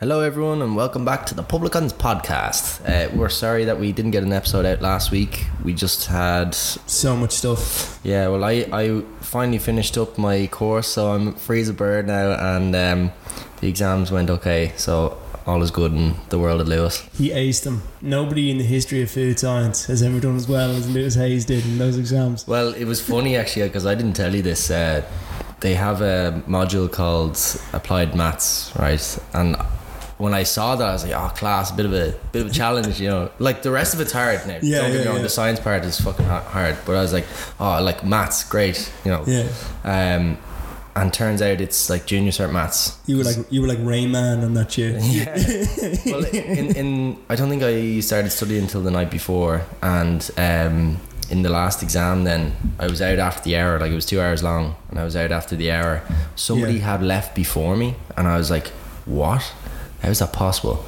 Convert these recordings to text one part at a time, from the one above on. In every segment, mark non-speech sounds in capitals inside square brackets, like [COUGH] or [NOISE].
Hello, everyone, and welcome back to the Publicans podcast. Uh, we're sorry that we didn't get an episode out last week. We just had, So much stuff. yeah, well, I, I finally finished up my course, so I'm free as a bird now, and um, the exams went okay, so all is good in the world of Lewis. He aced them. Nobody in the history of food science has ever done as well as Lewis Hayes did in those exams. Well, it was funny actually because I didn't tell you this. Uh, they have a module called Applied Maths, right? And when I saw that, I was like, "Oh, class, bit of a bit of a challenge, you know." Like the rest of it's hard now. Yeah, Don't get me yeah, wrong, yeah. The science part is fucking ha- hard, but I was like, "Oh, like maths, great," you know. Yeah, Um, and turns out it's like junior cert maths. you were like you were like Rayman on that shit. [LAUGHS] Yeah. well, in, in I don't think I started studying until the night before, and um, in the last exam, then I was out after the hour. Like it was two hours long, and I was out after the hour. Somebody Yeah. had left before me, and I was like, "What? How is that possible?"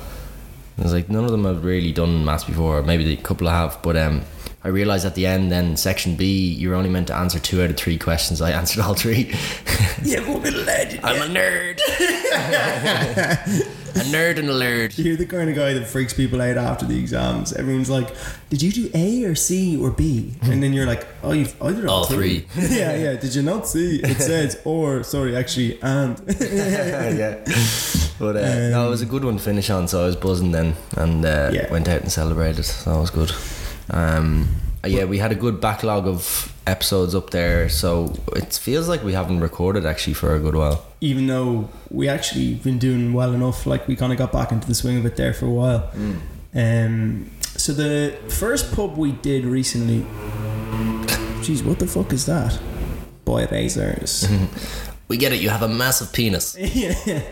And I was like, "None of them have really done maths before. Maybe a couple have, but um." I realized at the end, then section B, you're only meant to answer two out of three questions. I answered all three. [LAUGHS] [LAUGHS] yeah, but I'm a legend. I'm a nerd. [LAUGHS] a nerd and a nerd. You're the kind of guy that freaks people out after the exams. Everyone's like, "Did you do A or C or B?" And then you're like, "Oh, you've either of All two." three. [LAUGHS] yeah, yeah. Did you not see? [LAUGHS] It says or sorry, actually, and yeah. But uh, no, it was a good one to finish on, so I was buzzing then and uh, Yeah. went out and celebrated. So that was good. Um, uh, yeah, we had a good backlog of episodes up there, so it feels like we haven't recorded actually for a good while. even though we actually been doing well enough, like we kind of got back into the swing of it there for a while. Um, so the first pub we did recently, jeez, what the fuck is that? Boy razors. We get it, you have a massive penis. [LAUGHS] yeah,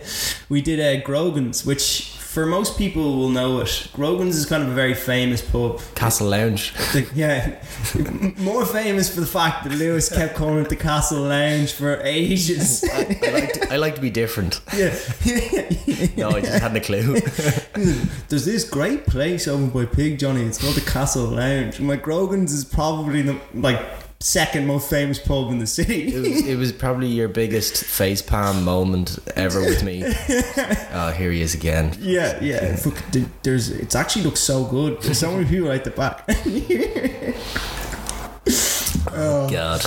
we did uh, Grogan's, which for most people will know it. Grogan's is kind of a very famous pub. Castle Lounge. [LAUGHS] The- yeah, [LAUGHS] m- more famous for the fact that Lewis kept calling it the Castle Lounge for ages. [LAUGHS] I like, to, I like to be different. yeah. No, I just hadn't a clue. [LAUGHS] There's this great place over by Pig Johnny. It's called the Castle Lounge. My Grogan's is probably the like second most famous pub in the It city. was, it was probably your biggest face palm moment ever with [LAUGHS] me. Oh, here he is again. [LAUGHS] yeah, yeah. Fuck, th- There's. It actually looks so good. There's so many people at the back. [LAUGHS] oh, God.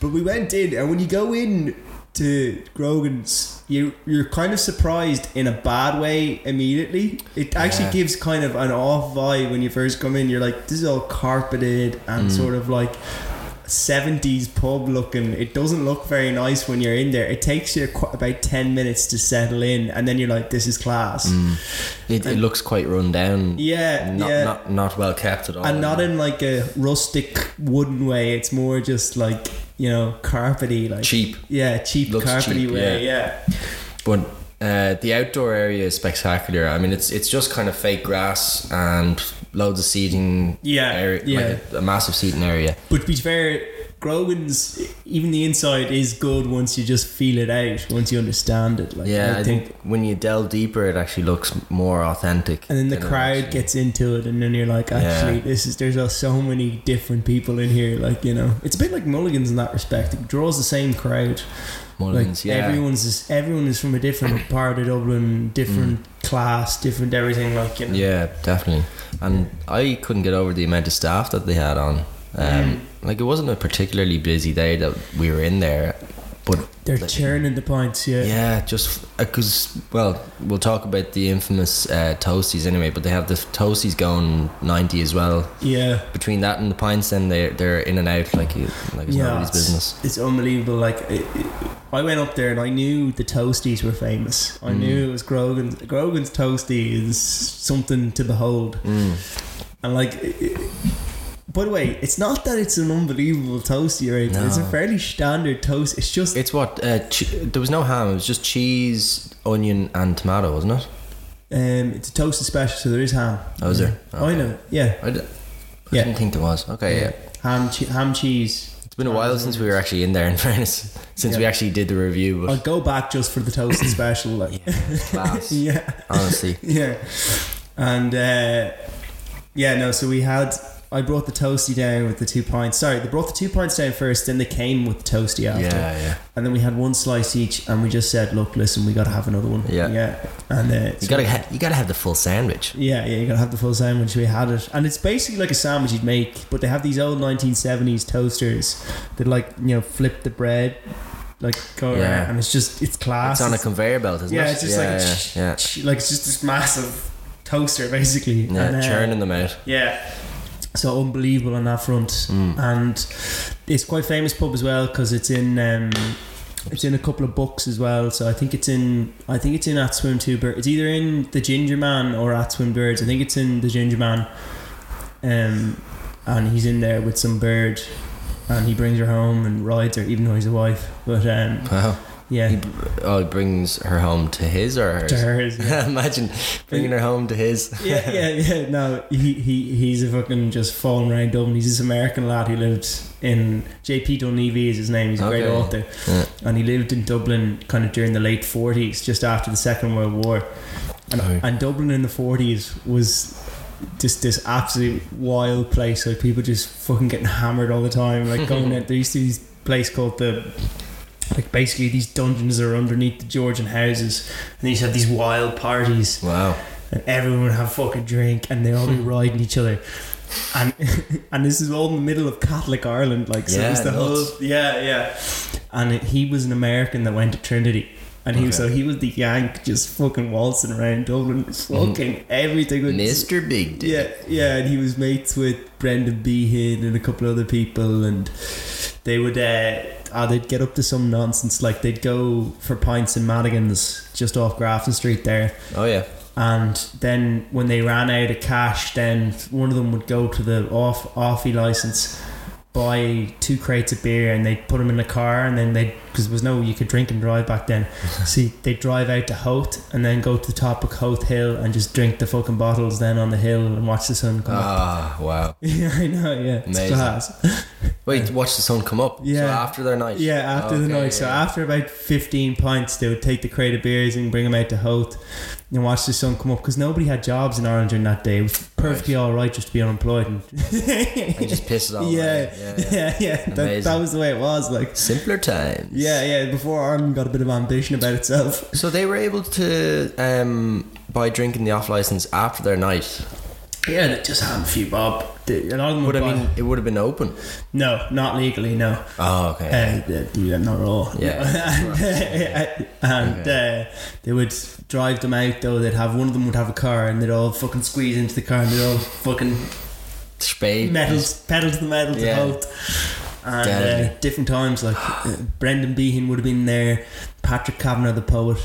but we went in, and when you go in to Grogan's, you you're kind of surprised in a bad way immediately. It actually Yeah. gives kind of an off vibe when you first come in. You're like, this is all carpeted Mm. and sort of like. 70s pub looking it doesn't look very nice when you're in there it takes you qu- about 10 minutes to settle in and then you're like this is class It, it looks quite run down. yeah Mm. Not, yeah not not well kept at all. and not in like a rustic wooden way. It's more just like you know carpety, like cheap. yeah, cheap Looks carpety cheap, way. Yeah. But uh, the outdoor area is spectacular. I mean, it's it's just kind of fake grass and loads of seating. Yeah, area, yeah. Like a, a massive seating area. But to be fair, Grogan's even the inside is good once you just feel it out, once you understand it. Like Yeah, I, I think. think when you delve deeper, it actually looks more authentic. and then the than it crowd actually- gets into it, and then you're like, actually, Yeah. this is there's uh, so many different people in here. Like you know, it's a bit like Mulligan's in that respect. It draws the same crowd. Mullins, Like yeah. everyone's is everyone is from a [CLEARS THROAT] different part of Dublin, different class, different everything. Like you know, Mm. Yeah, definitely. And I couldn't get over the amount of staff that they had on. Mm. Um, Like it wasn't a particularly busy day that we were in there, but they're Like- churning the pints. Yeah, Yeah, just because, well, we'll talk about the infamous uh, Toasties anyway, but they have the Toasties going 90 as well. yeah, Between that and the Pints, then they're, they're in and out like, you- like it's nobody's it's, business. it's unbelievable. Like it, it, I went up there and I knew the Toasties were famous. I Mm. knew it was Grogan's. Grogan's Toasty is something to behold. Mm. And like, it, it- by the way, it's not that it's an unbelievable toasty or anything. It's a No. fairly standard toast. It's just um, It's what? Uh, che- there was no ham, it was just cheese, onion, and tomato, wasn't it? um, it's a toasted special, so there is ham. Oh, is there? I Okay. know. Yeah, I, d- I Yeah. didn't think there was. Okay, yeah. ham, che- ham cheese. It's been a while since we were actually in there, in [LAUGHS] fairness, since we Yeah. actually did the review. [LAUGHS] I'll But go back just for [COUGHS] the toasted special. Like, yeah, it was class. [LAUGHS] yeah. Honestly. Yeah. And uh, yeah, no, so we had I brought the toasty down with the two pints. Sorry, they brought the two pints down first, then they came with the toasty after. Yeah, yeah. And then we had one slice each, and we just said, "Look, listen, we got to have another one." Yeah. yeah. And uh, You so- gotta ha- you gotta have the full sandwich. yeah, yeah, you gotta have the full sandwich. We had it, and it's basically like a sandwich you'd make, but they have these old 1970s toasters that like you know flip the bread, like go Yeah. around, and it's just it's class. It's on a conveyor belt, isn't yeah, it? it's just yeah, like yeah, yeah. yeah. like it's just this massive toaster basically. Yeah, And, uh, churning them out. yeah. So unbelievable on that front, and it's quite famous pub as well because it's in um, it's in a couple of books as well. So I think it's in I think it's in at Swim Two Birds. It's either in the Ginger Man or at Swim Birds. I think it's in the Ginger Man, um, and he's in there with some bird, and he brings her home and rides her, even though he's a wife. But um, [LAUGHS] Wow. He yeah, br- oh, he brings her home to his or hers? [LAUGHS] to hers. yeah. Imagine bringing her home to his. [LAUGHS] yeah, yeah, yeah. No, he, he he's a fucking just falling around Dublin. He's this American lad who lived in JP Dunleavy is his name. He's a great Okay. author, Yeah. and he lived in Dublin kind of during the late forties, just after the Second World War, and, Oh. and Dublin in the forties was. Just this absolute wild place, like people just fucking getting hammered all the [LAUGHS] time. Like going out, there used to be this place called the, like basically these dungeons that are underneath the Georgian houses, and they used to have these wild parties Wow. and everyone would have a fucking drink and they'd [LAUGHS] all be riding each other and [LAUGHS] and this is all in the middle of Catholic Ireland like so Yeah, it's the nuts. whole yeah yeah and it, he was an American that went to Trinity and he was so Okay. he was the Yank just fucking waltzing around Dublin fucking everything was Mr. Big Mm-hmm. Dick. yeah yeah and he was mates with Brendan Behan and a couple other people and they would uh Oh, they'd get up to some nonsense like they'd go for pints in Madigan's just off Grafton Street there Oh, yeah. and then when they ran out of cash, then one of them would go to the off offie license, buy two crates of beer, and they'd put them in the car, and then they because there was no you could drink and drive [LAUGHS] back then. so they would drive out to Hoth and then go to the top of Hoth Hill and just drink the fucking bottles then on the hill and watch the sun come up. Ah, wow. [LAUGHS] Yeah, I know. Yeah, it's Amazing. class. [LAUGHS] Wait, watch the sun come up. So Yeah. after their night. Yeah, after the Okay, night. So yeah. after about fifteen pints, they would take the crate of beers and bring them out to Hoth and watch the sun come up because nobody had jobs in Ireland during that day. It was perfectly all right just to be unemployed. And And just piss it all [LAUGHS] yeah, away. yeah, yeah. yeah, That, that Amazing. was the way it was. Like, Simpler times. yeah, yeah. Before Ireland got a bit of ambition about itself. So they were able to um, buy drinking the off license after their night. Yeah, they just had a few bob. They- A lot of them. But would I buy- mean, it would have been open. no, not legally. No. Oh, okay. Uh, they- they- not at all. Yeah. [LAUGHS] and uh, they would drive them out though. They'd have one of them would have a car, and they'd all fucking squeeze into the car, and they'd all fucking Spade. metals, pedal to the metal to Yeah. both. And uh, Deadly. different times, like uh, Brendan Behan would have been there, Patrick Kavanagh, the poet,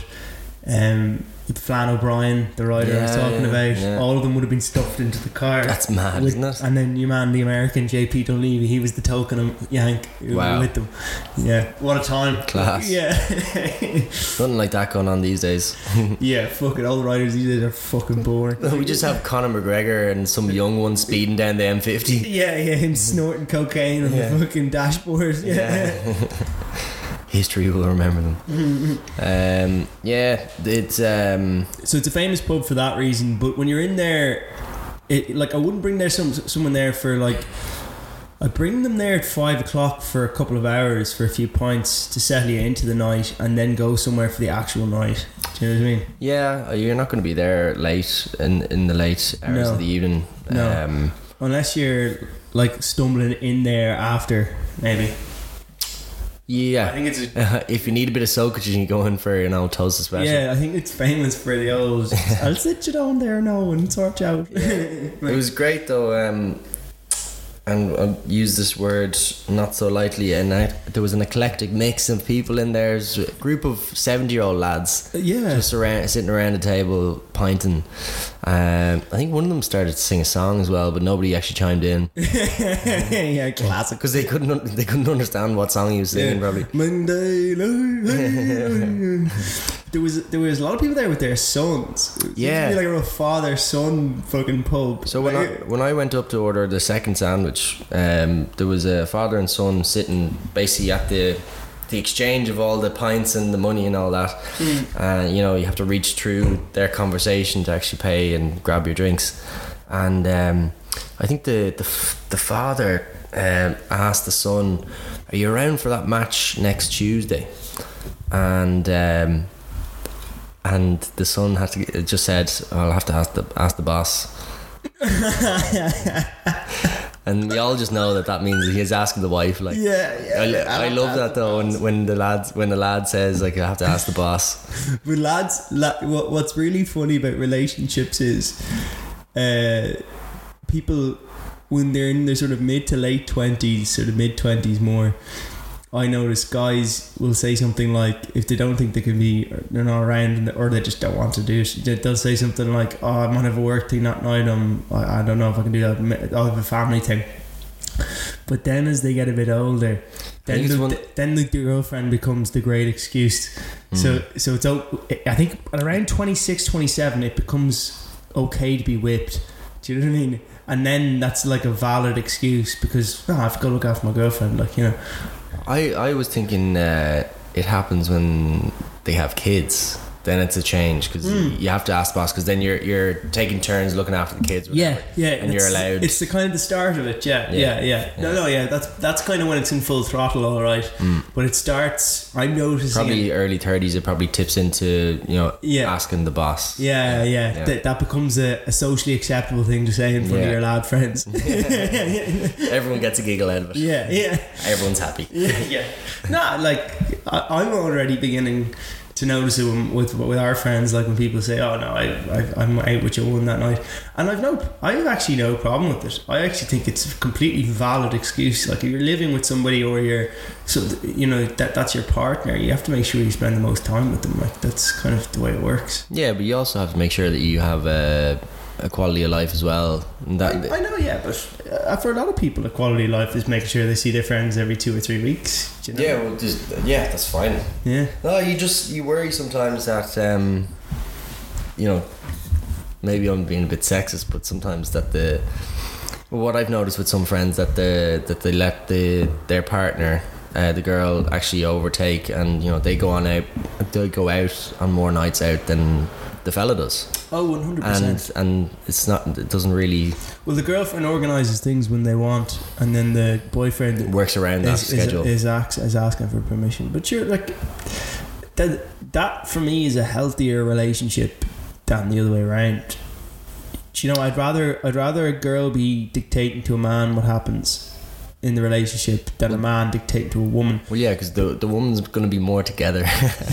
um, Flann O'Brien, the writer I was Yeah, talking yeah, about. yeah. All of them would have been stuffed into the car. That's mad, With- isn't it? And then your man, the American JP Dunleavy, he was the token of Yank who Wow. was with them. Yeah, what a time! Class. Yeah, [LAUGHS] Nothing like that going on these days. yeah. Fucking all the writers these days are fucking boring. [LAUGHS] we just have Conor McGregor and some young one speeding down the M50. Yeah, yeah. Him snorting cocaine on Yeah. the fucking dashboard. [LAUGHS] Yeah, [LAUGHS] History will remember them. um, yeah, it's. Um, So it's a famous pub for that reason. But when you're in there, it like I wouldn't bring there some someone there for like. I bring them there at five o'clock for a couple of hours for a few pints to settle you into the night, and then go somewhere for the actual night. Do you know what I mean? yeah, you're not going to be there late in, in the late hours No. of the evening. No. Um, Unless you're like stumbling in there after, maybe. yeah. [LAUGHS] think it's if you need a bit of soakage and you go in for an old toast special. yeah. I think it's famous for the old. [LAUGHS] I'll sit you down there now and sort you out. It was great though, um, and I use this word not so lightly. And I, there was an eclectic mix of people in there. There's a group of seventy-year-old lads [LAUGHS] yeah. just around, sitting around a table, pinting. Um, I think one of them started to sing a song as well, but nobody actually chimed in [LAUGHS] yeah, classic. because they couldn't un- they couldn't understand what song he was singing. Probably. [LAUGHS] Monday. there was there was a lot of people there with their sons. It seems to Yeah. be like a real father son fucking pub. So when I Like, when I went up to order the second sandwich, um, there was a father and son sitting basically at the the exchange of all the pints and the money and all that. And you know you have to reach through their conversation to actually pay and grab your drinks. and um, I think the the, f- the father um, asked the son, "Are you around for that match next Tuesday?" And um, and the son had to it just said, "I'll have to ask the ask the [LAUGHS] boss." and we all just know that that means he's asking the wife like Yeah, yeah. I, I love that though when, when the lad when the lad says like I have to ask the boss. But lads, la- what what's really funny about relationships is, uh, people when they're in their sort of mid to late twenties, sort of mid twenties more. I notice guys will say something like if they don't think they can be, or they're not around, and- or they just don't want to do it. they- They'll say something like, "Oh, I'm gonna have a work thing that night. I'm, I, I don't know if I can do that. I'll have a family thing." But then, as they get a bit older, think then it's the, one- then the girlfriend becomes the great excuse. Mm. So so it's o- I think at around 26, 27, it becomes okay to be whipped. Do you know what I mean? And then that's like a valid excuse because oh, I've got to look after my girlfriend. Like you know, I I was thinking uh, it happens when they have kids. Then it's a change because Hmm. you have to ask the boss because then you're you're taking turns looking after the kids. whatever. yeah, And you're it's- allowed- It's the kind of the start of it. Yeah, Yeah, yeah, yeah. No, yeah. no, yeah. That's that's kind of when it's in full throttle, all right. But it starts. I'm noticing. it- Hmm. Probably early thirties. It probably tips into you know Yeah. asking the boss. Yeah, yeah. Yeah. That, that becomes a, a socially acceptable thing to say in front of Yeah. your [LAUGHS] lad friends. Everyone gets a giggle out of it. yeah, yeah. Everyone's happy. yeah, [LAUGHS] yeah. No, like I, I'm already beginning to notice it when- with with our friends. Like when people say, "Oh no, I, I I'm out with your one that night," and I've no, I have actually no problem with it. I actually think it's a completely valid excuse. Like if you're living with somebody or you're, so you know that that's your partner, you have to make sure you spend the most time with them. Like that's kind of the way it works. Yeah, but you also have to make sure that you have a, a quality of life as well. And I, that I know, yeah, but uh, for a lot of people, a quality of life is making sure they see their friends every two or three weeks. do you know? yeah, well, just, yeah, that's fine. yeah. No, you just you worry sometimes that um, you know maybe I'm being a bit sexist, but sometimes that the what I've noticed with some friends that the that they let the their partner. Uh, the girl actually overtake, and you know they go on out. They go out on more nights out than the fella does, Oh, one hundred percent. and and it's not. It doesn't really Well, the girlfriend organises things when they want, and then the boyfriend works around that is, is, schedule. is, ask, is asking for permission. But you're like, that, that for me is a healthier relationship than the other way around. Do you know, I'd rather I'd rather a girl be dictating to a man what happens in the relationship than a man dictating to a woman. well, yeah, because the the woman's going to be more together.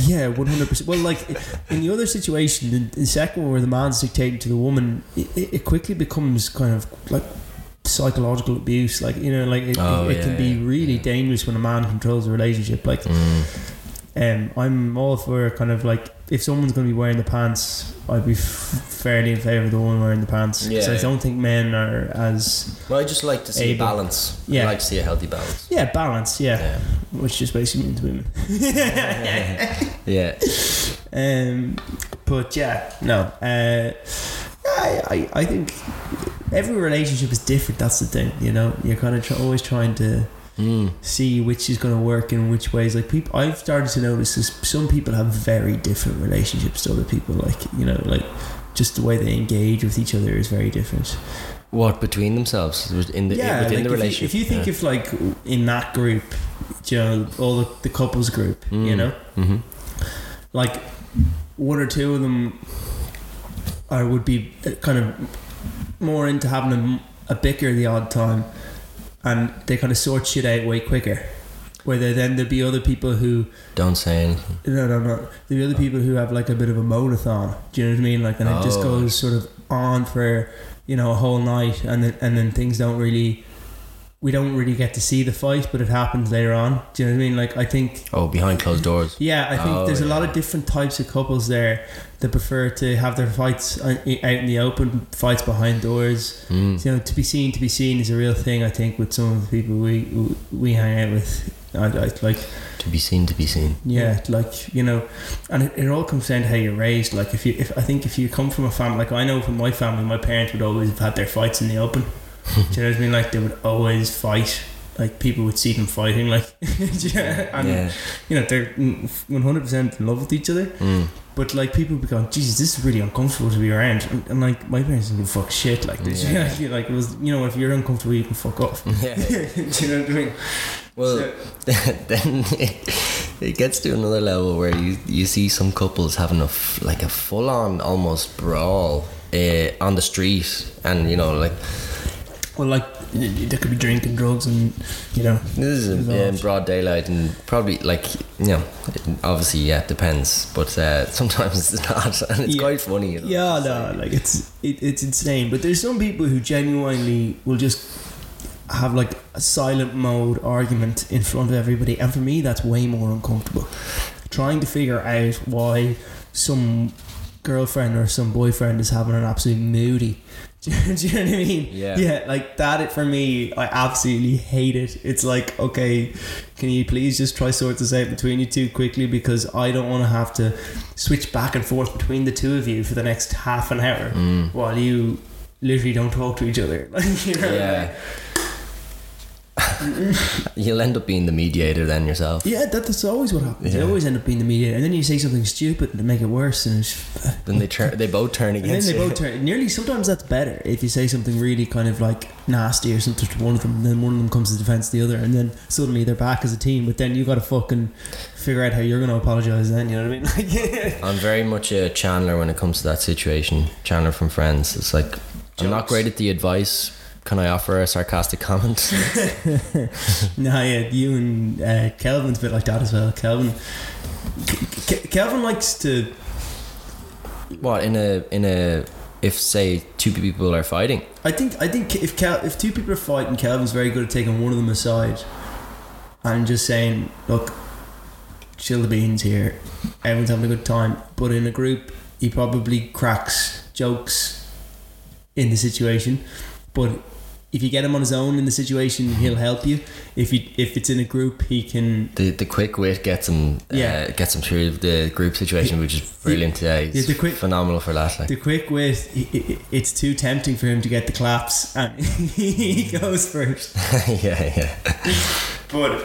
Yeah, one hundred percent. Well, like in the other situation, the, the second one where the man's dictating to the woman, it, it it quickly becomes kind of like psychological abuse. Like you know, like it, Oh, it, it yeah, can be yeah, really yeah. dangerous when a man controls a relationship. Like, Mm. um, I'm all for kind of like if someone's going to be wearing the pants, I'd be f- fairly in favor of the woman wearing the pants. 'Cause Yeah. I don't think men are as [LAUGHS] Well, I just like to see Able. balance. Yeah. I like to see a healthy balance. yeah balanced. Yeah, Yeah. which just basically means women. [LAUGHS] yeah. Um, but yeah, no. Uh, I, I, I think every relationship is different. That's the thing, you know. You're kind of tr- always trying to Mm. see which is going to work in which ways. Like people, I've started to notice is some people have very different relationships to other people. Like you know, like just the way they engage with each other is very different. What between themselves in the within yeah, like the if you- relationship? If you, think if like in that group, you know, all the, the couples group, Mm. you know, hmm like one or two of them I would be kind of more into having a, a bicker the odd time and they kind of sort shit out way quicker whether then there'd be other people who don't say anything. no no no there'd be other people who have like a bit of a monothon do you know what I mean like and it just Oh. goes sort of on for you know a whole night and then and then things don't really we don't really get to see the fight but it happens later on do you know what I mean like I think Oh, behind closed doors. yeah, I think Oh, there's a lot yeah. of different types of couples there that prefer to have their fights o- out in the open, fights behind doors. Mm. You know, to be seen, to be seen is a real thing. I think with some of the people we we hang out with, I, I like To be seen, to be seen. yeah, like you know, and it, it all comes down to how you're raised. Like if you, if I think if you come from a family, like I know from my [LAUGHS] family, my parents would always have had their fights in the open. Do you know what I mean? Like they would always fight like people would see them fighting, like [LAUGHS] yeah, and yeah. you know they're one hundred percent in love with each other. Mm. [LAUGHS] But like people would be going, Jesus, this is really uncomfortable to be around. And, and, like my parents didn't give a fuck shit like this. Yeah. Yeah. [LAUGHS] Mm-hmm. like it was, you know, if you're uncomfortable, you can fuck off. yeah. [LAUGHS] Do you know what I mean? Well, So- [LAUGHS] then [LAUGHS] it, it gets to another level where you you see some couples having a f- like a full on almost brawl uh, on the street, and you know like well, like there could be drinking, drugs, and you know, this is in, Involved. in broad daylight and probably like you know it, obviously yeah it depends, but uh, [LAUGHS] sometimes it's not, and it's Yeah. quite funny. you know. Yeah, no, like it's it, it's insane. But there's some people who genuinely will just have like a silent mode argument in front of everybody, and for me, that's way more uncomfortable. Trying to figure out why some girlfriend or some boyfriend is having an absolute moody. [LAUGHS] Do you, do you know what I mean? Yeah. Yeah, like that. It for me, I absolutely hate it. It's like, okay, can you please just try sort this out between you two quickly because I don't want to have to switch back and forth between the two of you for the next half an hour Mm. while you literally don't talk to each other. [LAUGHS] Like, you know? Yeah. [LAUGHS] You'll end up being the mediator then yourself. Yeah, that, that's always what happens. They Yeah. always end up being the mediator, and then you say something stupid to make it worse, and it's uh, Then they turn. They both turn And then against they you. both turn. Nearly sometimes that's better if you say something really kind of like nasty or something to one of them, and then one of them comes to the defense of the other, and then suddenly they're back as a team. But then you got to fucking figure out how you're going to apologize. Then you know what I mean? [LAUGHS] [LAUGHS] Like, yeah. [LAUGHS] I'm very much a Chandler when it comes to that situation. Chandler from Friends. It's like I'm not Jokes. great at the advice. Can I offer a sarcastic comment? [LAUGHS] Nah, yeah. You and uh, Kelvin's a bit like that as well. Kelvin, Ke- Kelvin likes to. what in a in a if say two people are fighting? I think. I think if Kel, if two people are fighting, Kelvin's very good at taking one of them aside and just saying, "Look, chill the beans here. Everyone's having a good time." But in a group, he probably cracks jokes in the situation. But if you get him on his own in the situation, he'll help you. If you if it's in a group, he can The the quick wit gets him Yeah. uh, gets him through the group situation, which is brilliant today. Yeah, the quick- phenomenal for that. Like. The quick wit, i- i- it's too tempting for him to get the claps, and [LAUGHS] he goes first. [LAUGHS] yeah, yeah. But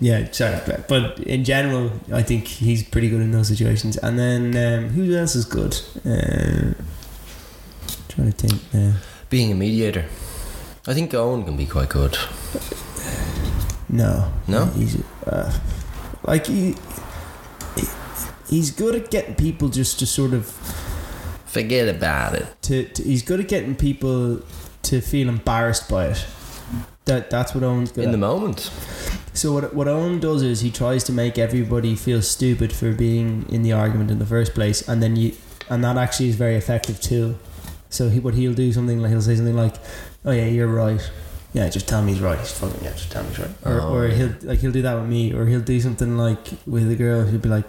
yeah, sorry about that. But in general, I think he's pretty good in those situations. And then um, who else is good? Uh, trying to think uh, now. Being a mediator, I think Owen can be quite good. No, No? he's uh, like he, he- he's good at getting people just to sort of Forget about it. to, to he's good at getting people to feel embarrassed by it. That that's what Owen's good In at. the [LAUGHS] moment, So what what Owen does is he tries to make everybody feel stupid for being in the argument in the first place, and then you and that actually is very effective too. So he what he'll do something like he'll say something like, "Oh yeah, you're right. Yeah, just tell me he's right. He's fucking yeah, just tell me he's right." Or, Oh, or yeah. he'll like he'll do that with me, or he'll do something like with a girl. He'll be like,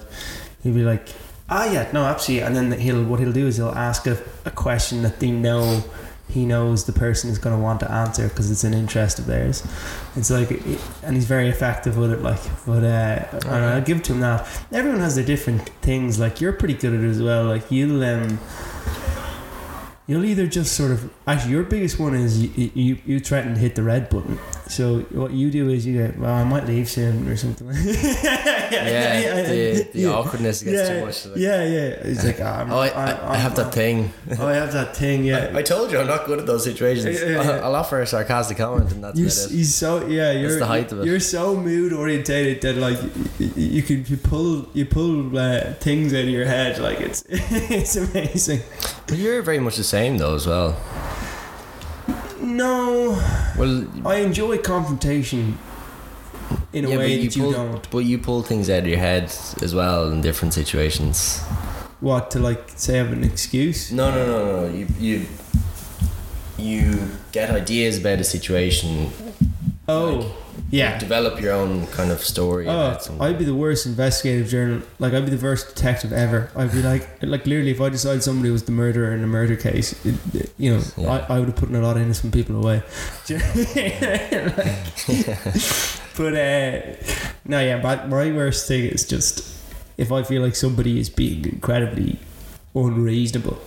he'll be like, "Ah yeah, no, absolutely." And then he'll what he'll do is he'll ask a, a question that they know he knows the person is going to want to answer because it's an interest of theirs. It's like, and he's very effective with it. Like, but uh, I don't know, I'll give it to him that. Everyone has their different things. Like, you're pretty good at it as well. Like, you'll um, you'll either just sort of actually your biggest one is you you, you threaten to hit the red button. So what you do is you go, well, I might leave soon or something. [LAUGHS] yeah, the, the yeah. awkwardness gets yeah, too much. Like, Yeah, yeah. It's like, ah, I'm, Oh, I, I'm- I, I have I'm- that thing. Oh, I have that thing. Yeah, I, I told you I'm not good at those situations. Yeah, yeah, yeah. I'll, I'll offer a sarcastic comment, and that's You're, about s- it. he's so yeah. You're the height of it. you're so mood orientated that like you, you can you pull you pull uh, things out of your head. Like it's [LAUGHS] it's amazing. But you're very much the same though, as well. No, Well, I enjoy confrontation in a yeah, way that you pull, don't. But you pull things out of your head as well in different situations. What to like say have an excuse? No, no, no, no. You you you get ideas about a situation. Oh, Like, yeah. You develop your own kind of story. Oh, about something. I'd be the worst investigative journal. Like I'd be the worst detective ever. I'd be like, like literally, if I decided somebody was the murderer in a murder case, it, it- you know, Yeah. I, I would have put a lot of innocent people [LAUGHS] away. [LAUGHS] Do you know what I mean? Like- but uh, no, yeah, but my worst thing is just if I feel like somebody is being incredibly unreasonable.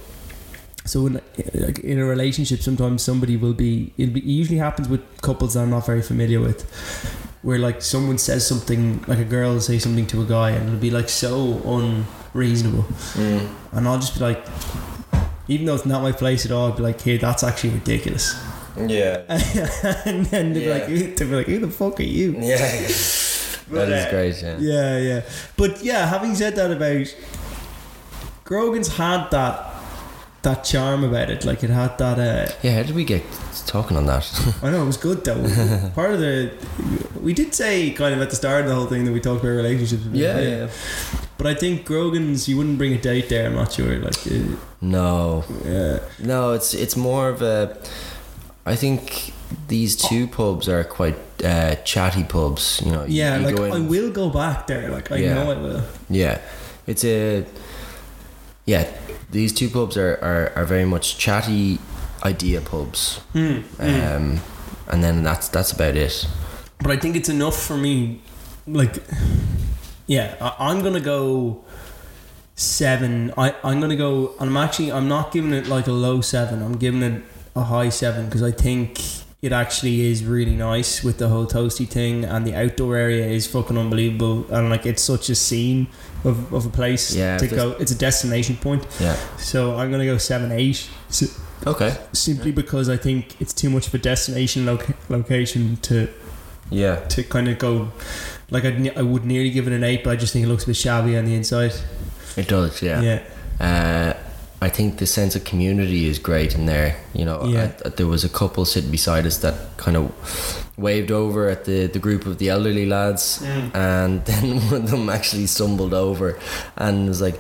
so in, like in a relationship sometimes somebody will be it'll be it usually happens with couples that I'm not very familiar with where like someone says something like a girl will say something to a guy and it'll be like so unreasonable Mm. and I'll just be like even though it's not my place at all I'll be like hey that's actually ridiculous [LAUGHS] Yeah. [LAUGHS] and then they'll Yeah. be like [LAUGHS] they'll be like who the fuck are you [LAUGHS] Yeah. that But, is uh, great. Yeah. yeah, yeah. But yeah, having said that about Grogan's had that that charm about it. Like it had that uh Yeah. How did we get talking on [LAUGHS] that? I know it was [LAUGHS] good though. Part of the we did say kind of at the start of the whole thing that we talked about relationships. a bit, But I think Grogan's you wouldn't bring a date there, I'm not sure. Like uh, No. yeah. No. It's it's more of a. I think these two pubs are quite uh, chatty pubs. You know. you- Yeah, you like go in- I will go back there, like I Yeah. know I will. Yeah, it's a yeah. These two pubs are are, are very much chatty idea pubs, Hmm, hmm. um, and then that's that's about it. but I think it's enough for me. Like, yeah, I, I'm gonna go seven. I I'm gonna go, and I'm actually I'm not giving it like a low seven. I'm giving it a high seven because I think it actually is really nice with the whole toasty thing, and the outdoor area is fucking unbelievable. And like, it's such a scene of, of a place Yeah, to if it's- go. It's a destination point. Yeah. So I'm gonna go seven eight. So, Okay. simply because I think it's too much of a destination loca- location to Yeah. to kind of go like I'd, ne- I would nearly give it an 8 but I just think it looks a bit shabby on the inside It does. Yeah. yeah Uh, I think the sense of community is great in there. You know, Yeah. I, there was a couple sitting beside us that kind of waved over at the, the group of the elderly lads, Mm. and [LAUGHS] then one of them actually stumbled over and was like,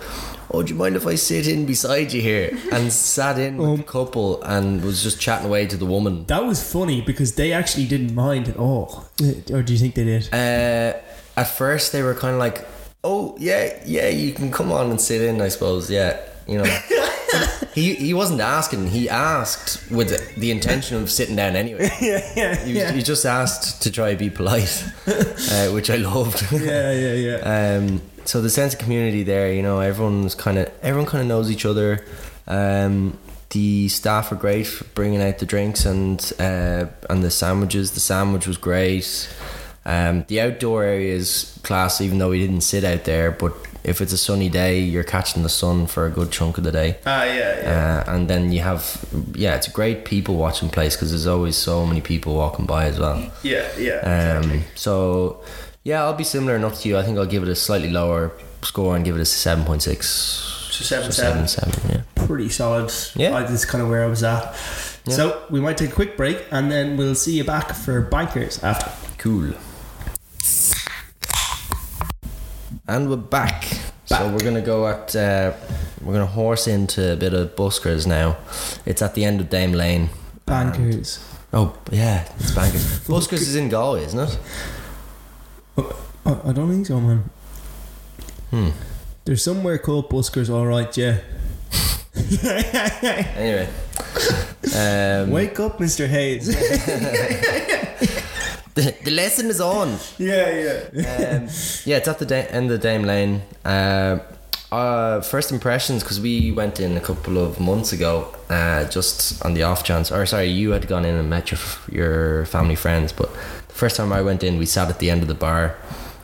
"Oh, do you mind if I sit in beside you here?" And sat in with Um. the couple and was just chatting away to the woman. that was funny because they actually didn't mind at all Uh, or do you think they did Uh, at first, they were kind of like, "Oh, yeah, yeah, you can come on and sit in, I suppose." Yeah, you know. he he wasn't asking. He asked with the intention of sitting down anyway. [LAUGHS] yeah yeah He, was, he just asked to try be polite, [LAUGHS] uh, which I loved. yeah yeah yeah Um, so the sense of community there, you know, everyone's kind of everyone kind of knows each other. Um, the staff are great for bringing out the drinks and uh, and the sandwiches. The sandwich was great. Um, the outdoor area is class, even though we didn't sit out there. But if it's a sunny day, you're catching the sun for a good chunk of the day. ah yeah Uh, and then you have, yeah, it's a great people watching place because there's always so many people walking by as well. yeah yeah Um, so, yeah, I'll be similar enough to you. I think I'll give it a slightly lower score and give it a 7.6. So seven, seven, seven, yeah. pretty solid Yeah. I, that's kind of where I was at Yeah. so we might take a quick break and then we'll see you back for Bankers after Cool. And we're back. So Back. we're gonna go at uh, we're gonna horse into a bit of buskers now. It's at the end of Dame Lane. Bankers Oh yeah, it's Bankers. buskers is in Galway, isn't it? oh, I don't think so man Hmm. there's somewhere called Buskers alright [LAUGHS] [LAUGHS] yeah Anyway. Um, Wake up, Mr. Hayes. [LAUGHS] The, the lesson is on. [LAUGHS] yeah, yeah. um, yeah, it's at the da- end of Dame Lane. Uh, uh, first impressions, because we went in a couple of months ago, uh, just on the off chance. Or sorry, you had gone in and met your f- your family friends, but the first time I went in, we sat at the end of the bar,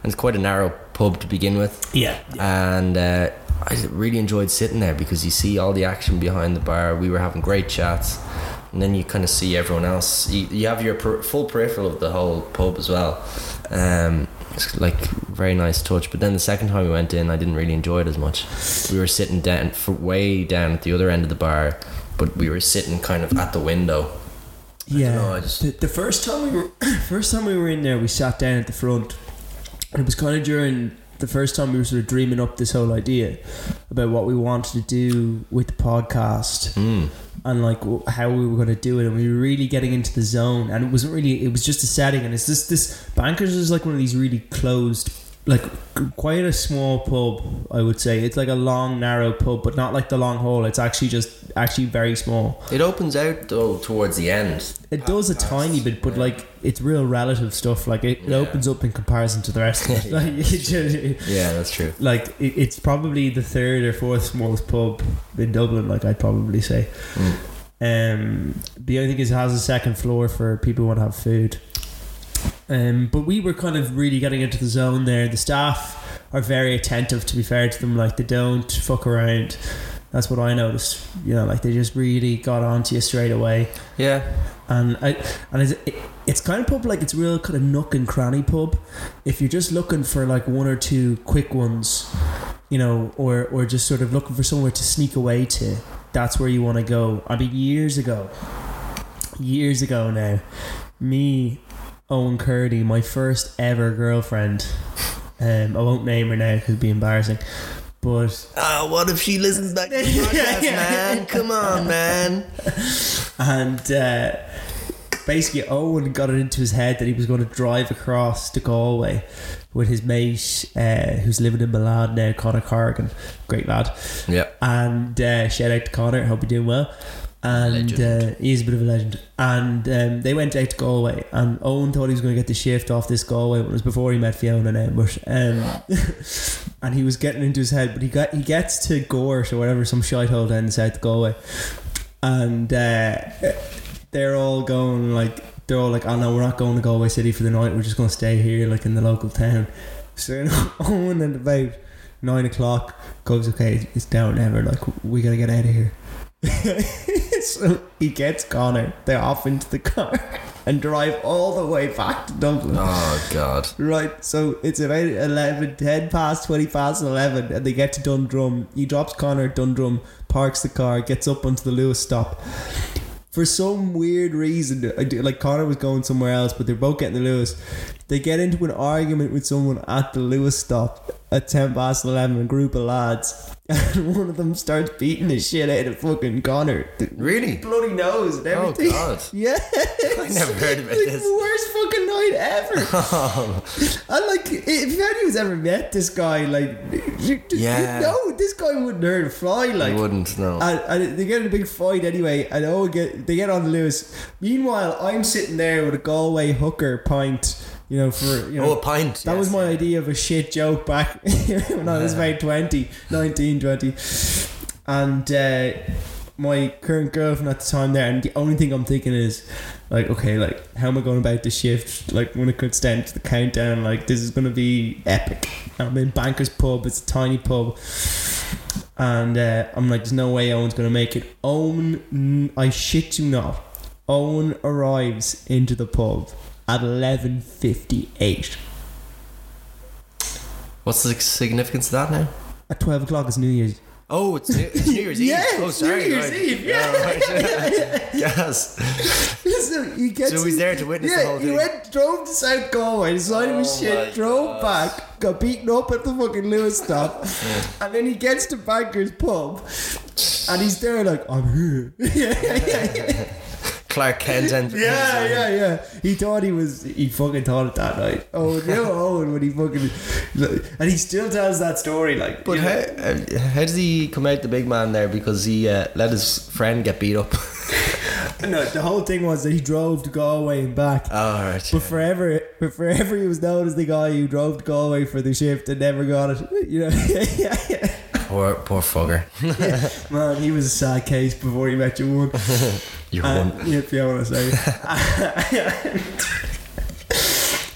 and it's quite a narrow pub to begin with, Yeah. and. Uh, I really enjoyed sitting there because you see all the action behind the bar. We were having great chats, and then you kind of see everyone else. You, you have your per- full peripheral of the whole pub as well. Um, it's like very nice touch. But then the second time we went in, I didn't really enjoy it as much. We were sitting down for way down at the other end of the bar, but we were sitting kind of at the window. Yeah. dunno, I just- the, the first time we were [COUGHS] first time we were in there, we sat down at the front. And it was kind of during the first time we were sort of dreaming up this whole idea about what we wanted to do with the podcast Mm. and like w- how we were going to do it and we were really getting into the zone and it wasn't really it was just a setting and it's this this bankers is like one of these really closed like quite a small pub i would say it's like a long narrow pub but not like the long hole it's actually just actually very small It opens out though towards the end. it does a tiny bit but like it's real relative stuff like it, it Yeah. opens up in comparison to the rest of it [LAUGHS] Yeah, like, that's it- Yeah, that's true. like it, it's probably the third or fourth smallest pub in dublin like i'd probably say Mm. um the only thing is it has a second floor for people who want to have food um but we were kind of really getting into the zone there the staff are very attentive to be fair to them like they don't fuck around that's what i noticed you know like they just really got onto you straight away Yeah, and I, and it's, it, it's kind of pub like it's real kind of nook and cranny pub. If you're just looking for like one or two quick ones, you know, or or just sort of looking for somewhere to sneak away to, that's where you want to go. I mean, years ago, years ago now, me, Owen Curdy, my first ever girlfriend. Um, I won't name her now because it'd be embarrassing, but Ah, what if she listens back to [LAUGHS] the podcast, man? Come on, man. and uh, basically Owen got it into his head that he was going to drive across to Galway with his mate uh, who's living in Milan now, Connor Corrigan, great lad. Yeah. And uh, shout out to Connor, hope you're doing well. And uh, Legend. he's a bit of a legend. And um, they went out to Galway, and Owen thought he was going to get the shift off this Galway. It was before he met Fiona now, but um, [LAUGHS] and he was getting into his head. But he got he gets to Gorse or whatever some shithole down in South Galway, and uh, they're all going like they're all like, "Oh no, we're not going to Galway City for the night. We're just going to stay here, like in the local town." So you know, [LAUGHS] Owen and about nine o'clock goes, "Okay, it's down ever. Like we gotta get out of here." [LAUGHS] so he gets Connor. They're off into the car [LAUGHS] and drive all the way back to Dublin. Oh God. Right, so it's about 11, 10 past, 20 past 11, and they get to Dundrum. He drops Connor at Dundrum, parks the car, gets up onto the Lewis stop. For some weird reason, I do- like Connor was going somewhere else, but they're both getting the Lewis. They get into an argument with someone at the Lewis stop at 10 past 11, a group of lads, [LAUGHS] and one of them starts beating the shit out of fucking Connor. Really? Bloody nose and Oh everything. God. [LAUGHS] Yeah. I never heard about [LAUGHS] Like, this. worst fucking night ever. Oh, And like, if anyone's ever met this guy, like, you, you Yeah. know, this guy wouldn't hurt a I fly. Like, wouldn't know. and, and they get in a big fight anyway, and oh, get they get on the Lewis. Meanwhile, I'm sitting there with a Galway hooker pint, you know, for you know. oh, a pint. that was my idea of a shit joke back [LAUGHS] when I was about 20, 19, 20. And uh, my current girlfriend at the time there, and the only thing I'm thinking is, like, okay, like, how am I going about the shift? Like, when it comes down to the countdown, like, this is going to be epic. I'm in Banker's Pub, it's a tiny pub. And uh, I'm like, there's no way Owen's going to make it. Owen, n- I shit you not, Owen arrives into the pub at 11.58. What's the significance of that now? At 12 o'clock is New Year's. Oh, it's New, it's New Year's Eve. [LAUGHS] Yeah, oh, it's New sorry. Year's right. Eve, yeah. [LAUGHS] right. yes. [LAUGHS] so he gets. So he's there to witness yeah, the whole he thing. went, drove to South Galway, decided his Oh shit, my drove God. back, got beaten up at the fucking Lewis [LAUGHS] stop, and then he gets to Banker's pub, and he's there like, I'm here. [LAUGHS] yeah, yeah, Clark Kent and yeah, yeah, yeah. He thought he was, he fucking thought it that night. Oh, [LAUGHS] no, Owen, when he fucking, and he still tells that story like, But you know. how, uh, how does he come out the big man there? Because he uh, let his friend get beat up. no, the whole thing was that he drove to Galway and back. Oh, [LAUGHS] all right. But forever, but forever he was known as the guy who drove to Galway for the shift and never got it. [LAUGHS] You know, [LAUGHS] yeah, yeah. Poor, poor fucker. man, he was a sad case before he met your one. You Uh, won. yeah, Fiona, sorry. [LAUGHS]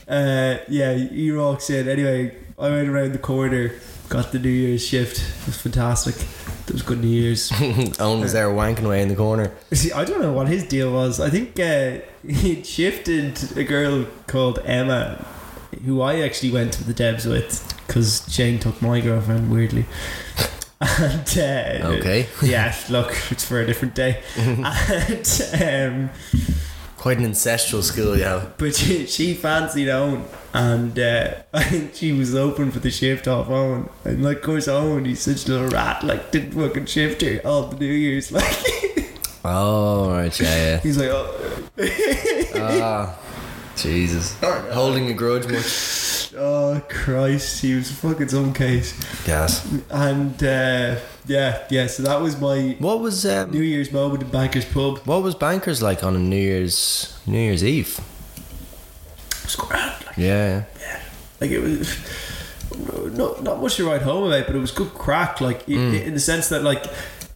uh, yeah, he rocks in. Anyway, I went around the corner, got the New Year's shift. It was fantastic. It was good New Year's. [LAUGHS] Owen was there wanking away in the corner. See, I don't know what his deal was. I think uh, [LAUGHS] he shifted a girl called Emma, who I actually went to the Debs with because Shane took my girlfriend weirdly. And uh, Okay. yeah, look, it's for a different day. and um, Quite an ancestral school, yeah. but she, she fancied Owen, and uh, [LAUGHS] I think she was open for the shift off Owen. And like, of course, Owen, he's such a little rat, like didn't fucking shift her all the New Year's. [LAUGHS] Like Oh, right, yeah, he's like, oh. yeah. Ah, Jesus. Holding a grudge much. Oh Christ, he was fucking some case. Gas. And uh, yeah, yeah. So that was my What was New um, Year's moment in Bankers Pub. what was Bankers like on a New Year's New Year's Eve? It was grand. Like, Yeah, like it was. Not, not much to write home about, but it was good crack. Like i in the sense that like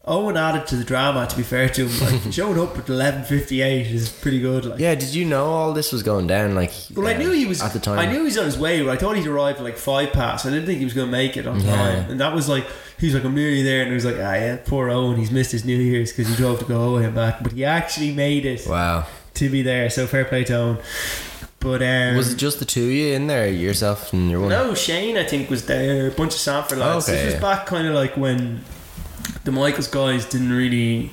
Owen added to the drama. To be fair to him, like showing up at eleven fifty eight is pretty good. Like yeah. Did you know all this was going down? Like, Well, I uh, knew he was at the time. I knew he was on his way, but I thought he'd arrived at like five past. I didn't think he was going to make it on Yeah. time, and that was like he was like, "I'm nearly there," and he was like, "Ah, yeah, poor Owen, he's missed his New Year's because he drove to go away and back, but he actually made it Wow. to be there. So fair play to Owen." But um, Was it just the two of you in there, yourself and your one? no, Shane, I think, was there. A bunch of Sanford lads. Okay, This yeah. was back kind of like when the Michaels guys didn't really.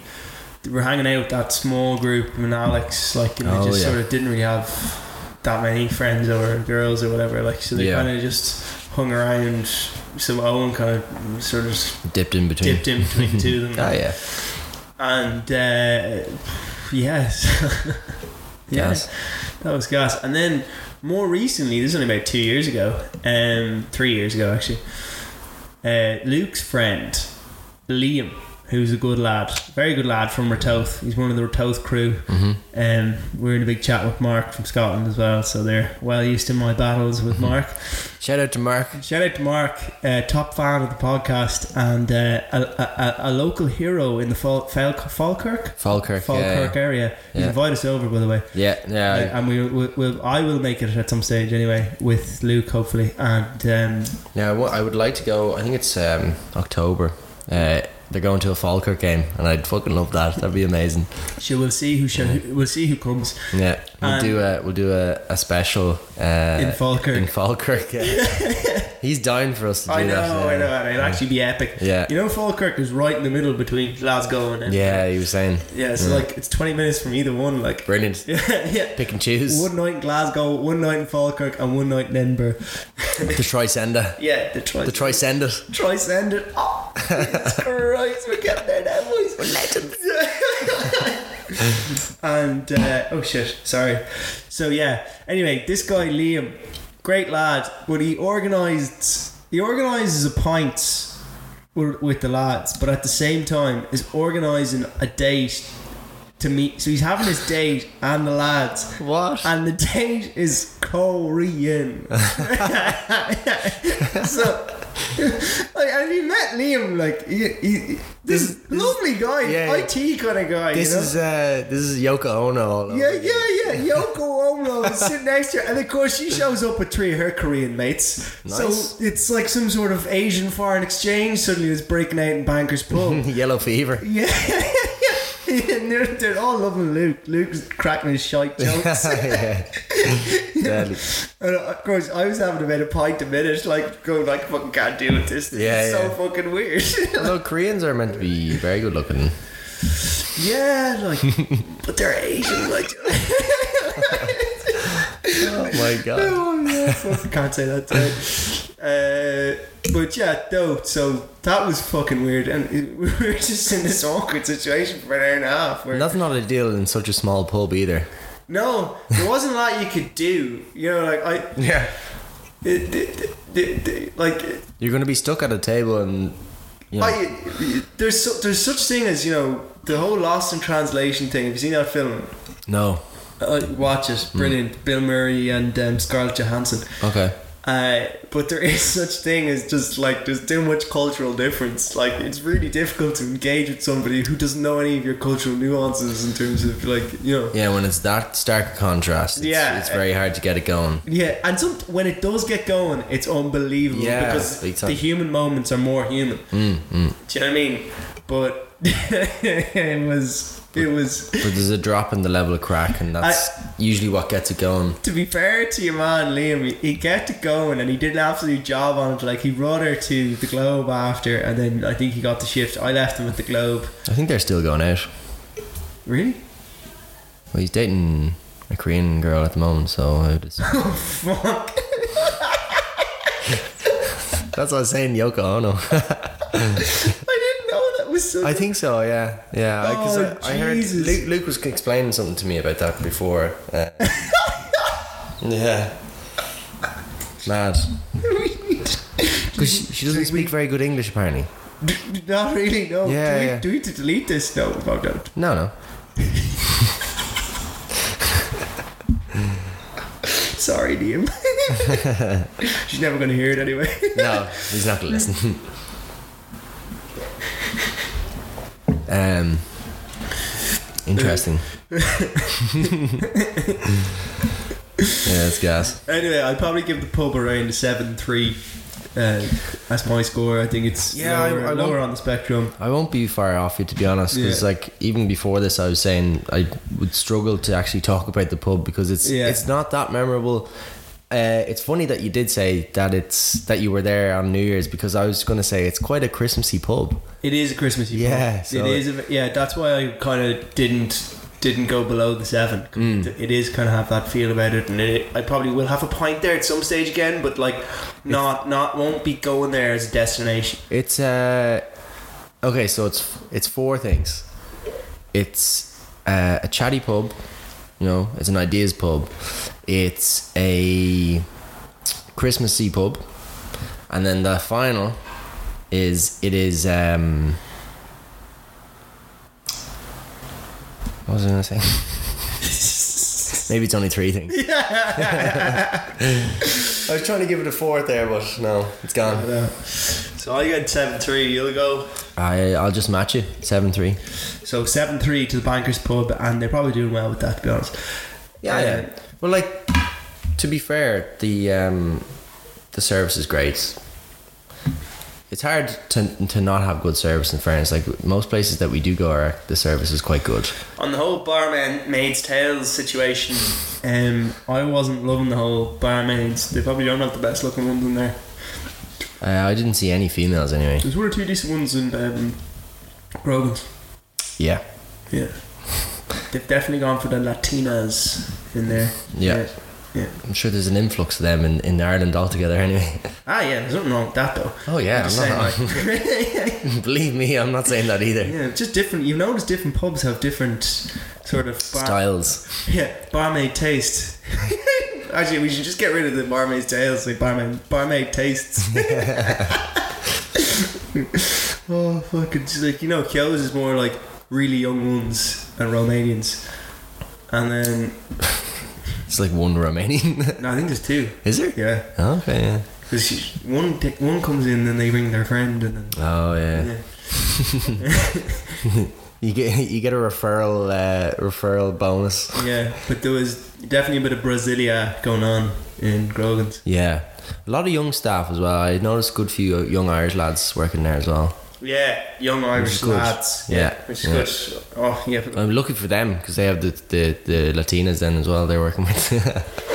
They were hanging out with that small group and Alex, like, and they Oh, just yeah. sort of didn't really have that many friends or girls or whatever. Like, so they Yeah. kind of just hung around. So Owen kind of [LAUGHS] sort of Dipped in between. dipped in between the two [LAUGHS] of Oh them. yeah. And, uh, yes. [LAUGHS] Yeah. Gas. That was gas. And then more recently, this is only about two years ago, um, three years ago actually. Uh, Luke's friend, Liam, who's a good lad, very good lad from Ratoth. He's one of the Ratoth crew. Mhm. Um, we are in a big chat with Mark from Scotland as well, so they're well used to my battles with Mark. Shout out to Mark. Shout out to Mark, uh, top fan of the podcast and uh, a, a, a, a local hero in the Fal- Fal- Falkirk, Falkirk. Falkirk area. He's Yeah. invited us over, by the way. Yeah. Yeah. yeah. Uh, and we, we, we'll, I will make it at some stage anyway with Luke hopefully and um, Yeah, I wa- I would like to go. I think it's um, October. Uh, they're going to a Falkirk game, and I'd fucking love that. That'd be amazing. so we'll see who shall, we'll see who comes Yeah, we'll And- do a we'll do a, a special uh, in Falkirk. in Falkirk. [LAUGHS] yeah. He's dying for us to do I know, that. I know, and it'll actually be epic. Yeah. You know, Falkirk is right in the middle between Glasgow and Yeah, he was saying yeah. So like, it's twenty minutes from either one. Like, brilliant. [LAUGHS] yeah, yeah. Pick and choose One night in Glasgow, one night in Falkirk, and one night in Edinburgh. [LAUGHS] the tricender, Yeah, the try the tricender. Tricended. Oh, [LAUGHS] Jesus Christ, we're getting there now, boys. We're legends. [LAUGHS] and, uh, oh shit, sorry. So, yeah, anyway, this guy, Liam, great lad, but he organised, he organises a pint with with the lads, but at the same time is organising a date to meet. So he's having his date and the lads. What? And the date is [LAUGHS] Korean. [LAUGHS] so, like, have you met Liam? Like, he, he, this, This- lovely guy, yeah, IT kind of guy. This you know? is uh, this is Yoko Ono. All over Yeah, again. yeah, yeah. Yoko Ono is sitting next to her, and of course she shows up with three of her Korean mates. Nice. So it's like some sort of Asian foreign exchange suddenly is breaking out in [LAUGHS] Bankers Pub. Yellow [LAUGHS] fever. Yeah. [LAUGHS] and they're, they're all loving Luke. Luke's cracking his shite jokes. yeah, [LAUGHS] [LAUGHS] deadly. and of course, I was having about a pint a minute, like going like, "Fucking can't deal with this. This Yeah, is yeah. so fucking weird." [LAUGHS] Although Koreans are meant to be very good looking. yeah, like, [LAUGHS] but they're [LAUGHS] Asian, like. Oh my god. Oh, yeah, fuck, can't say that. To it. Uh, but yeah, though, so that was fucking weird, and it- [LAUGHS] we were just in this awkward situation for an hour and a half. Where That's not ideal in such a small pub either. no, there wasn't a lot you could do. You know, like I, Yeah. it, it, it, it, like You're going to be stuck at a table and. You know, I, there's su- there's such thing as you know the whole lost in translation thing. Have you seen that film? no. Uh, watch it, Hmm. brilliant. Bill Murray and um, Scarlett Johansson. Okay. Uh, but there is [LAUGHS] such thing as just like there's too much cultural difference. Like it's really difficult to engage with somebody who doesn't know any of your cultural nuances in terms of like you know. Yeah, when it's that stark a contrast, it's, Yeah. it's very hard to get it going. Yeah, and some, when it does get going, it's unbelievable Yeah, because big the time. human moments are more human. Mm, mm. Do you know what I mean? But [LAUGHS] it was it was But there's a drop in the level of crack, and that's usually what gets it going. to be fair to your man Liam, he- he kept it going and he did an absolute job on it. Like he brought her to the Globe after, and then I think he got the shift. I left him at the Globe. I think they're still going out. Really? [LAUGHS] Well, he's dating a Korean girl at the moment, so I would [LAUGHS] assume- Oh fuck! that's what I was saying, Yoko Ono. [LAUGHS] I didn't know that was so. I think so, yeah. Yeah, I- 'cause Oh, I, I heard Jesus. Luke, Luke was explaining [LAUGHS] something to me about that before. uh, yeah. Mad. Because she, she doesn't speak very good English, apparently. Not really, no. Yeah, do, we, yeah. do we need to delete this? No, no, don't. No, no. Sorry, Liam. [LAUGHS] She's never going to hear it anyway. [LAUGHS] No, [LAUGHS] he's not going to listen. um, [LAUGHS] interesting. yeah, it's gas. Anyway, I'd probably give the pub around a 7 3. Uh, that's my score. I think it's Yeah, I- lower, I lower won't- on the spectrum. I won't be far off you, to be honest, because Yeah. like even before this, I was saying I would struggle to actually talk about the pub because it's Yeah. it's not that memorable. Uh, it's funny that you did say that it's that you were there on New Year's because I was going to say it's quite a Christmassy pub. It is a Christmassy Yeah, pub. so- it is. A, yeah, that's why I kind of didn't didn't go below the seven. It is kind of have that feel about it, and it, I probably will have a pint there at some stage again, but like not not won't be going there as a [LAUGHS] destination. It's uh okay, so it's it's four things. It's uh, a chatty pub, you know. It's an ideas pub. It's a Christmassy pub, and then the final is it is um. What was I gonna say? [LAUGHS] Maybe it's only three things. I was trying to give it a fourth there, but no, it's gone. uh, So I got seven three. You'll go I I'll just match you seven three. so seven three to the Bankers Pub, and they're probably doing well with that. To be honest, Yeah, yeah. Well, like to be fair, the um, the service is great. It's hard to to not have good service in France. Like most places that we do go, are, the service is quite good. on the whole barman maids tales situation, um, I wasn't loving the whole barmaids. They probably don't have the best looking ones in there. Uh, I didn't see any females anyway. There's one or two decent ones in um, Grogan's. Yeah, [LAUGHS] Yeah, they've definitely gone for the Latinas in there. Yeah. yeah. yeah. I'm sure there's an influx of them in, in Ireland altogether. Anyway. Ah, yeah. There's nothing wrong with that though. Oh [LAUGHS] yeah, Just I'm saying, not, like- [LAUGHS] believe me, I'm not saying that either. Yeah, just different. You notice different pubs have different sort of bar- Styles. Yeah, barmaid taste. [LAUGHS] Actually, we should just get rid of the barmaid's tales. Like barmaid, barmaid [LAUGHS] tastes. [LAUGHS] oh fucking! Just like you know, Kyo's is more like really young ones and Romanians, and then It's like one Romanian. [LAUGHS] no, I think there's two. is there? Yeah, Okay. Yeah. because one t- one comes in, then they bring their friend, and then Oh yeah. yeah. You get [LAUGHS] you get a referral uh, referral bonus. yeah. But there was definitely a bit of Brasilia going on in Grogan's. Yeah, a lot of young staff as well. I noticed a good few young Irish lads working there as well. Yeah, young is Irish good. lads. Yeah, which yeah. is good. Oh yeah. but- I'm looking for them because they have the, the, the Latinas then as well. They're working with. [LAUGHS]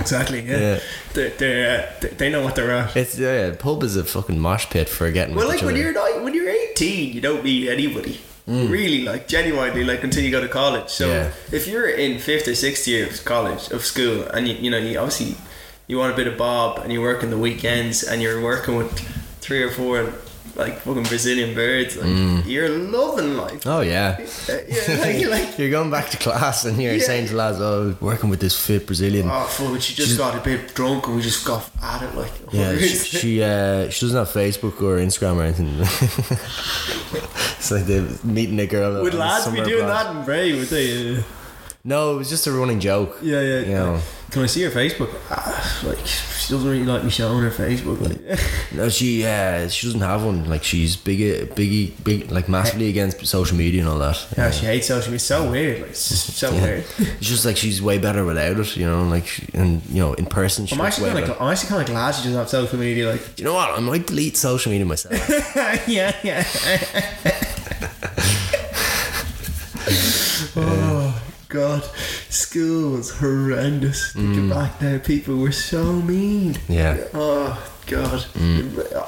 Exactly. Yeah, Yeah. They, they, uh, they- they know what they're at. it's yeah, pub is a fucking mosh pit for getting. Well, with like each when other. you're not, when you're 18, you don't meet anybody. Really, like genuinely, like until you go to college. So Mm. Yeah. if you're in fifth or sixth year of college of school, and you, you know you obviously you want a bit of bob, and you're working the weekends, and you're working with three or four like fucking Brazilian birds, like you're loving life. Mm. Oh yeah. Uh, [LAUGHS] yeah, [LAUGHS] like, you're like You're going back to class and you're Yeah. saying to lads, "Oh, working with this fit Brazilian." oh fuck, she just She's- got a bit drunk, and we just got at it like [LAUGHS] Yeah, she she, uh, she doesn't have Facebook or Instagram or anything. [LAUGHS] it's like they're meeting a girl. Would on a lads be summer doing blast. that in Bray? Would they? Uh, No, it was just a running joke. yeah, yeah. You know. Can I see her Facebook? Ah, like she doesn't really like me showing her Facebook. Like, [LAUGHS] No, she uh, she doesn't have one. Like she's big, biggie, big, like massively against social media and all that. yeah, she hates social media. It's so weird. Like, it's just so Yeah. weird. It's just like she's way better without it, you know. Like she, and you know, in person, she's I'm way actually kind better. of. I'm actually kind of glad she doesn't have social media. Like, [LAUGHS] Do you know what? I might delete social media myself. yeah, yeah. oh God, school was horrendous. Think Mm. back there, people were so mean. [LAUGHS] yeah, Oh God,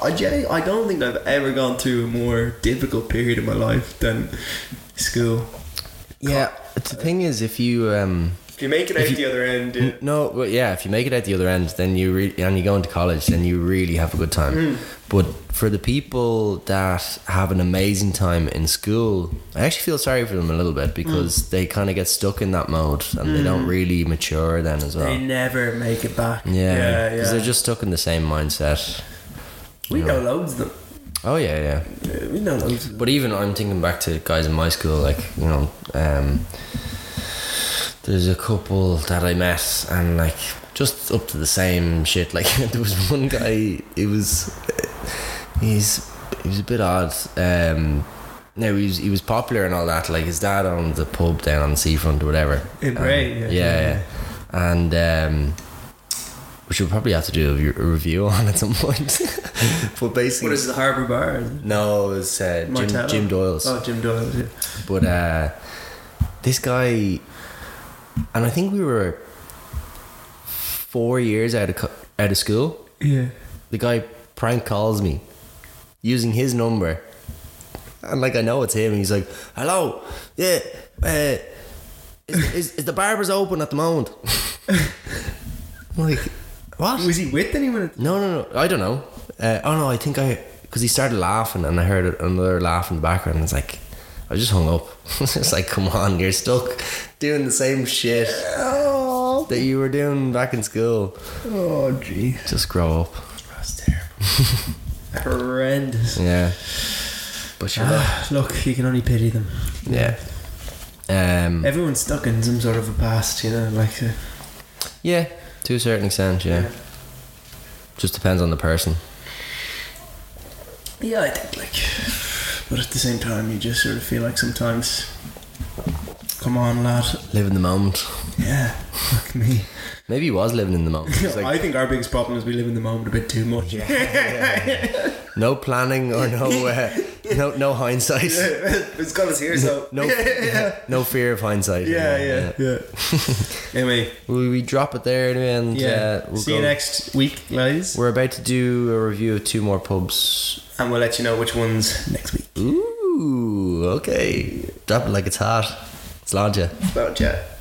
I, gen- I don't think I've ever gone through a more difficult period in my life than school. yeah. The thing is, if you um, If you make it out you- the other end, yeah. No, well, yeah. If you make it out the other end, then you re- and you go into college, then you really have a good time. But for the people that have an amazing time in school, I actually feel sorry for them a little bit because they kind of get stuck in that mode and they don't really mature then as well. They never make it back. yeah, Yeah, because yeah. they're just stuck in the same mindset. We Yeah. know loads of them. Oh yeah, yeah. Uh, We know loads of them. But even I'm thinking back to guys in my school, like you know, um, there's a couple that I met, and like just up to the same shit. [LAUGHS] Like there was one guy, it was he's he was a bit odd. Um, no, he was he was popular and all that. Like his dad owned the pub down on the seafront or whatever. In Bray, And- Uh, yeah. yeah, yeah. and. Um, we should probably have to do a re- a review [LAUGHS] on at some point. but basically, What is the Harbour Bar? is it? no, it was uh, Jim, Martello? Jim Doyle's. Oh, Jim Doyle. Yeah. But uh, this guy, and I think we were four years out of co- out of school. yeah. The guy prank calls me using his number, and like I know it's him. He's like, "Hello, yeah, uh, is, is, is the barber's open at the moment?" [LAUGHS] I'm like, what? Was he with anyone? At the- No, no, no. I don't know. Uh, oh no, I think I because he started laughing and I heard another laugh in the background. And it's like I just hung up. [LAUGHS] it's like, come on, you're stuck doing the same shit oh, that you were doing back in school. oh, gee. Just grow up. That's terrible. [SIGHS] Horrendous. Yeah. But you're [SIGHS] not. Ah, look, you can only pity them. Yeah. Um. Everyone's stuck in some sort of a past, you know, like. Uh, Yeah. To a certain extent, yeah. Just depends on the person. Yeah, I think like, but at the same time, you just sort of feel like sometimes, come on, lad. Live in the moment. Yeah, fuck me. Maybe he was living in the moment. [LAUGHS] It's like I think our biggest problem is we live in the moment a bit too much. [LAUGHS] no planning or no uh, no no hindsight. it's got us here, so [LAUGHS] No, no fear of hindsight. Yeah, yeah, yeah. [LAUGHS] anyway, We, we drop it there and yeah. yeah. we'll See go. you next week, guys, We're about to do a review of two more pubs. and we'll let you know which ones next week. Ooh, okay. Drop it like it's hot. It's larger. about chat.